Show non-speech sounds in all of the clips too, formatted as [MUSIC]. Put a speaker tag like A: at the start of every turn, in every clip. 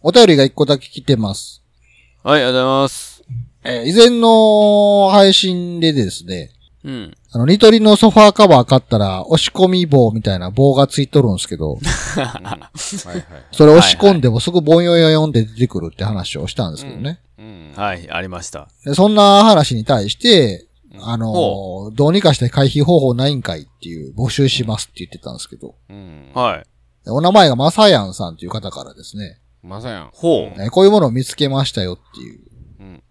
A: お便りが一個だけ来てます。
B: はい、ありがとうございます。
A: えー以前の配信でですね、
B: うん。
A: あの、ニトリのソファーカバー買ったら、押し込み棒みたいな棒がついとるんですけ
C: [LAUGHS]
A: ど、
C: はいはい。
A: それ押し込んでもすぐボンヨヨヨンって出てくるって話をしたんですけどね。
C: うん。
B: はい、ありました。
A: でそんな話に対して、
C: うん
A: あの
B: ほ
A: どうにかして回避方法ないんかいっていう募集しますって言ってたんですけど、
C: うん。
B: はい。
A: でお名前がマサヤンさんという方からですね、
C: まさやん。
B: ほ
A: えーこういうものを見つけましたよっていう、
B: う。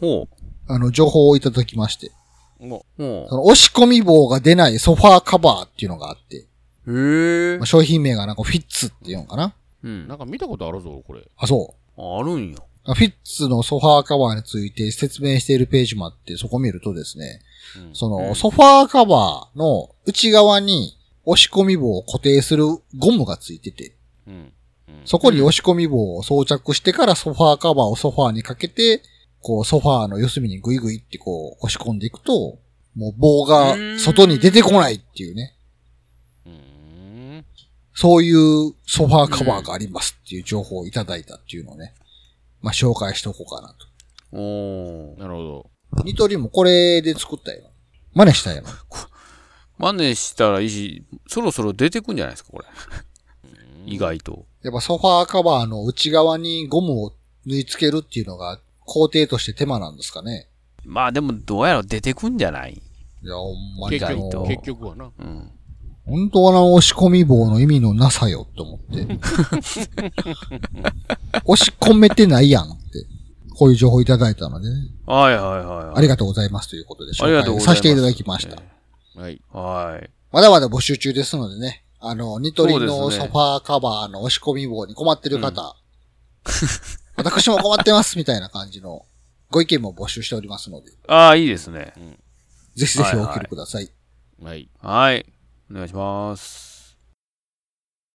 B: ほ
A: あの、情報をいただきまして、
C: も
B: う。ほ
A: その押し込み棒が出ないソファーカバーっていうのがあって、
B: う。へえ
A: まあ。商品名がなんかフィッツっていうのかな
B: う
C: う、
B: ん
C: な。んか見たことあるぞ、これ。
A: あ、そう。
B: あるんや。
A: フィッツのソファーカバーについて説明しているページもあって、そこ見るとですね、
C: うん
A: そ
B: うん
A: のソファーカバーの内側に押し込み棒を固定するゴムがついてて、
C: うん。うん
A: そこに押し込み棒を装着してからソファーカバーをソファーにかけて、こうソファーの四隅にグイグイってこう押し込んでいくと、もう棒が外に出てこないっていうね、
C: うん。
A: そういうソファーカバーがありますっていう情報をいただいたっていうのをね、まあ紹介しておこうかなと。
B: おー。
C: なるほど。
A: ニトリもこれで作ったよ。真似したよ。
B: 真似したらいいし、そろそろ出てくんじゃないですか、これ。意外と。
A: やっぱソファーカバーの内側にゴムを縫い付けるっていうのが工程として手間なんですかね。
B: まあでも、どうやら出てくんじゃない
A: いや、ほんまに
C: 結
A: あ
C: 局、
A: の、
C: 結局はな。
B: うん。
A: 本当はあの押し込み棒の意味のなさよって思って。 [LAUGHS] 押し込めてないやんって。こういう情報いただいたのでね、
B: はいはいはいはい。
A: ありがとうございますということで紹
B: ありがとうござい
A: 介
B: ます
A: させていただきました。
C: はい。
B: はい。
A: まだまだ募集中ですのでね。あの、ニトリ
B: そう
A: の
B: です
A: ソ
B: ね
A: ファーカバーの押し込み棒に困ってる方。私も困ってますみたいな感じのご意見も募集しておりますので、
B: ああ、いいですね。
A: ぜひぜひ
B: はい
A: お
B: はい
A: 送りください。
C: はい。
B: はい。お願いします。